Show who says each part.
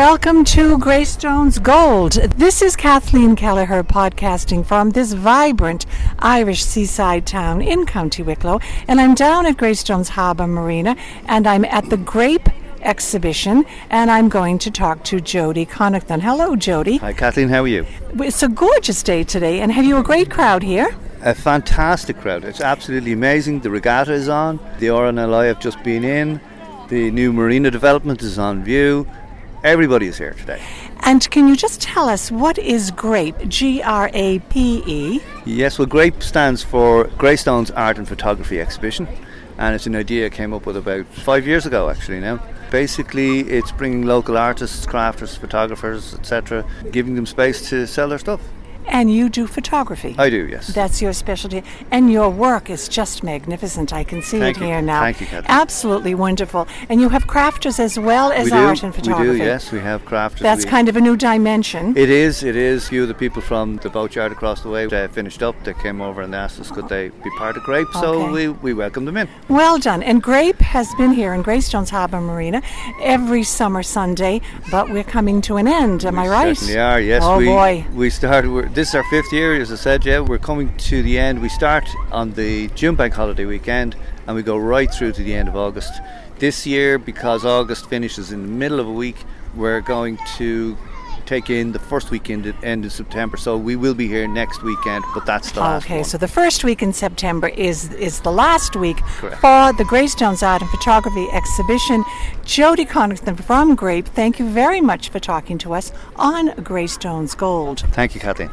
Speaker 1: Welcome to Greystones Gold. This is Kathleen Kelleher podcasting from this vibrant Irish seaside town in County Wicklow, and I'm down at Greystones Harbour Marina, and I'm at the Grape exhibition, and I'm going to talk to Jody Connachton. Hello, Jody.
Speaker 2: Hi, Kathleen. How are you?
Speaker 1: It's a gorgeous day today, and have you a great crowd here?
Speaker 2: A fantastic crowd. It's absolutely amazing. The regatta is on. The RNLI have just been in. The new marina development is on view. Everybody is here today.
Speaker 1: And can you just tell us what is GRAPE? G R A P E.
Speaker 2: Yes, well, GRAPE stands for Greystones Art and Photography Exhibition, and it's an idea I came up with about five years ago, actually, now. Basically, it's bringing local artists, crafters, photographers, etc., giving them space to sell their stuff.
Speaker 1: And you do photography.
Speaker 2: I do, yes.
Speaker 1: That's your specialty. And your work is just magnificent. I can see
Speaker 2: Thank
Speaker 1: it
Speaker 2: you.
Speaker 1: here now.
Speaker 2: Thank you, Kathleen.
Speaker 1: Absolutely wonderful. And you have crafters as well as
Speaker 2: we do.
Speaker 1: art and photography.
Speaker 2: We do, yes. We have crafters.
Speaker 1: That's
Speaker 2: we-
Speaker 1: kind of a new dimension.
Speaker 2: It is, it is. A few of the people from the boatyard across the way they finished up. They came over and asked us could they be part of Grape, so
Speaker 1: Okay.
Speaker 2: we, we welcomed them in.
Speaker 1: Well done. And Grape has been here in Greystones Harbour Marina every summer Sunday, but we're coming to an end. Am I right?
Speaker 2: Certainly are, yes.
Speaker 1: Oh
Speaker 2: we,
Speaker 1: boy.
Speaker 2: We started, we're, this is our fifth year, as I said, yeah. We're coming to the end. We start on the June Bank holiday weekend and we go right through to the end of August. This year, because August finishes in the middle of a week, we're going to take in the first weekend at end of September. So we will be here next weekend, but that's the last
Speaker 1: okay,
Speaker 2: one.
Speaker 1: so the first week in September is is the last week
Speaker 2: Correct.
Speaker 1: for the Greystones Art and Photography Exhibition. Jody Connaughton from Grape, thank you very much for talking to us on Greystones Gold.
Speaker 2: Thank you, Kathleen.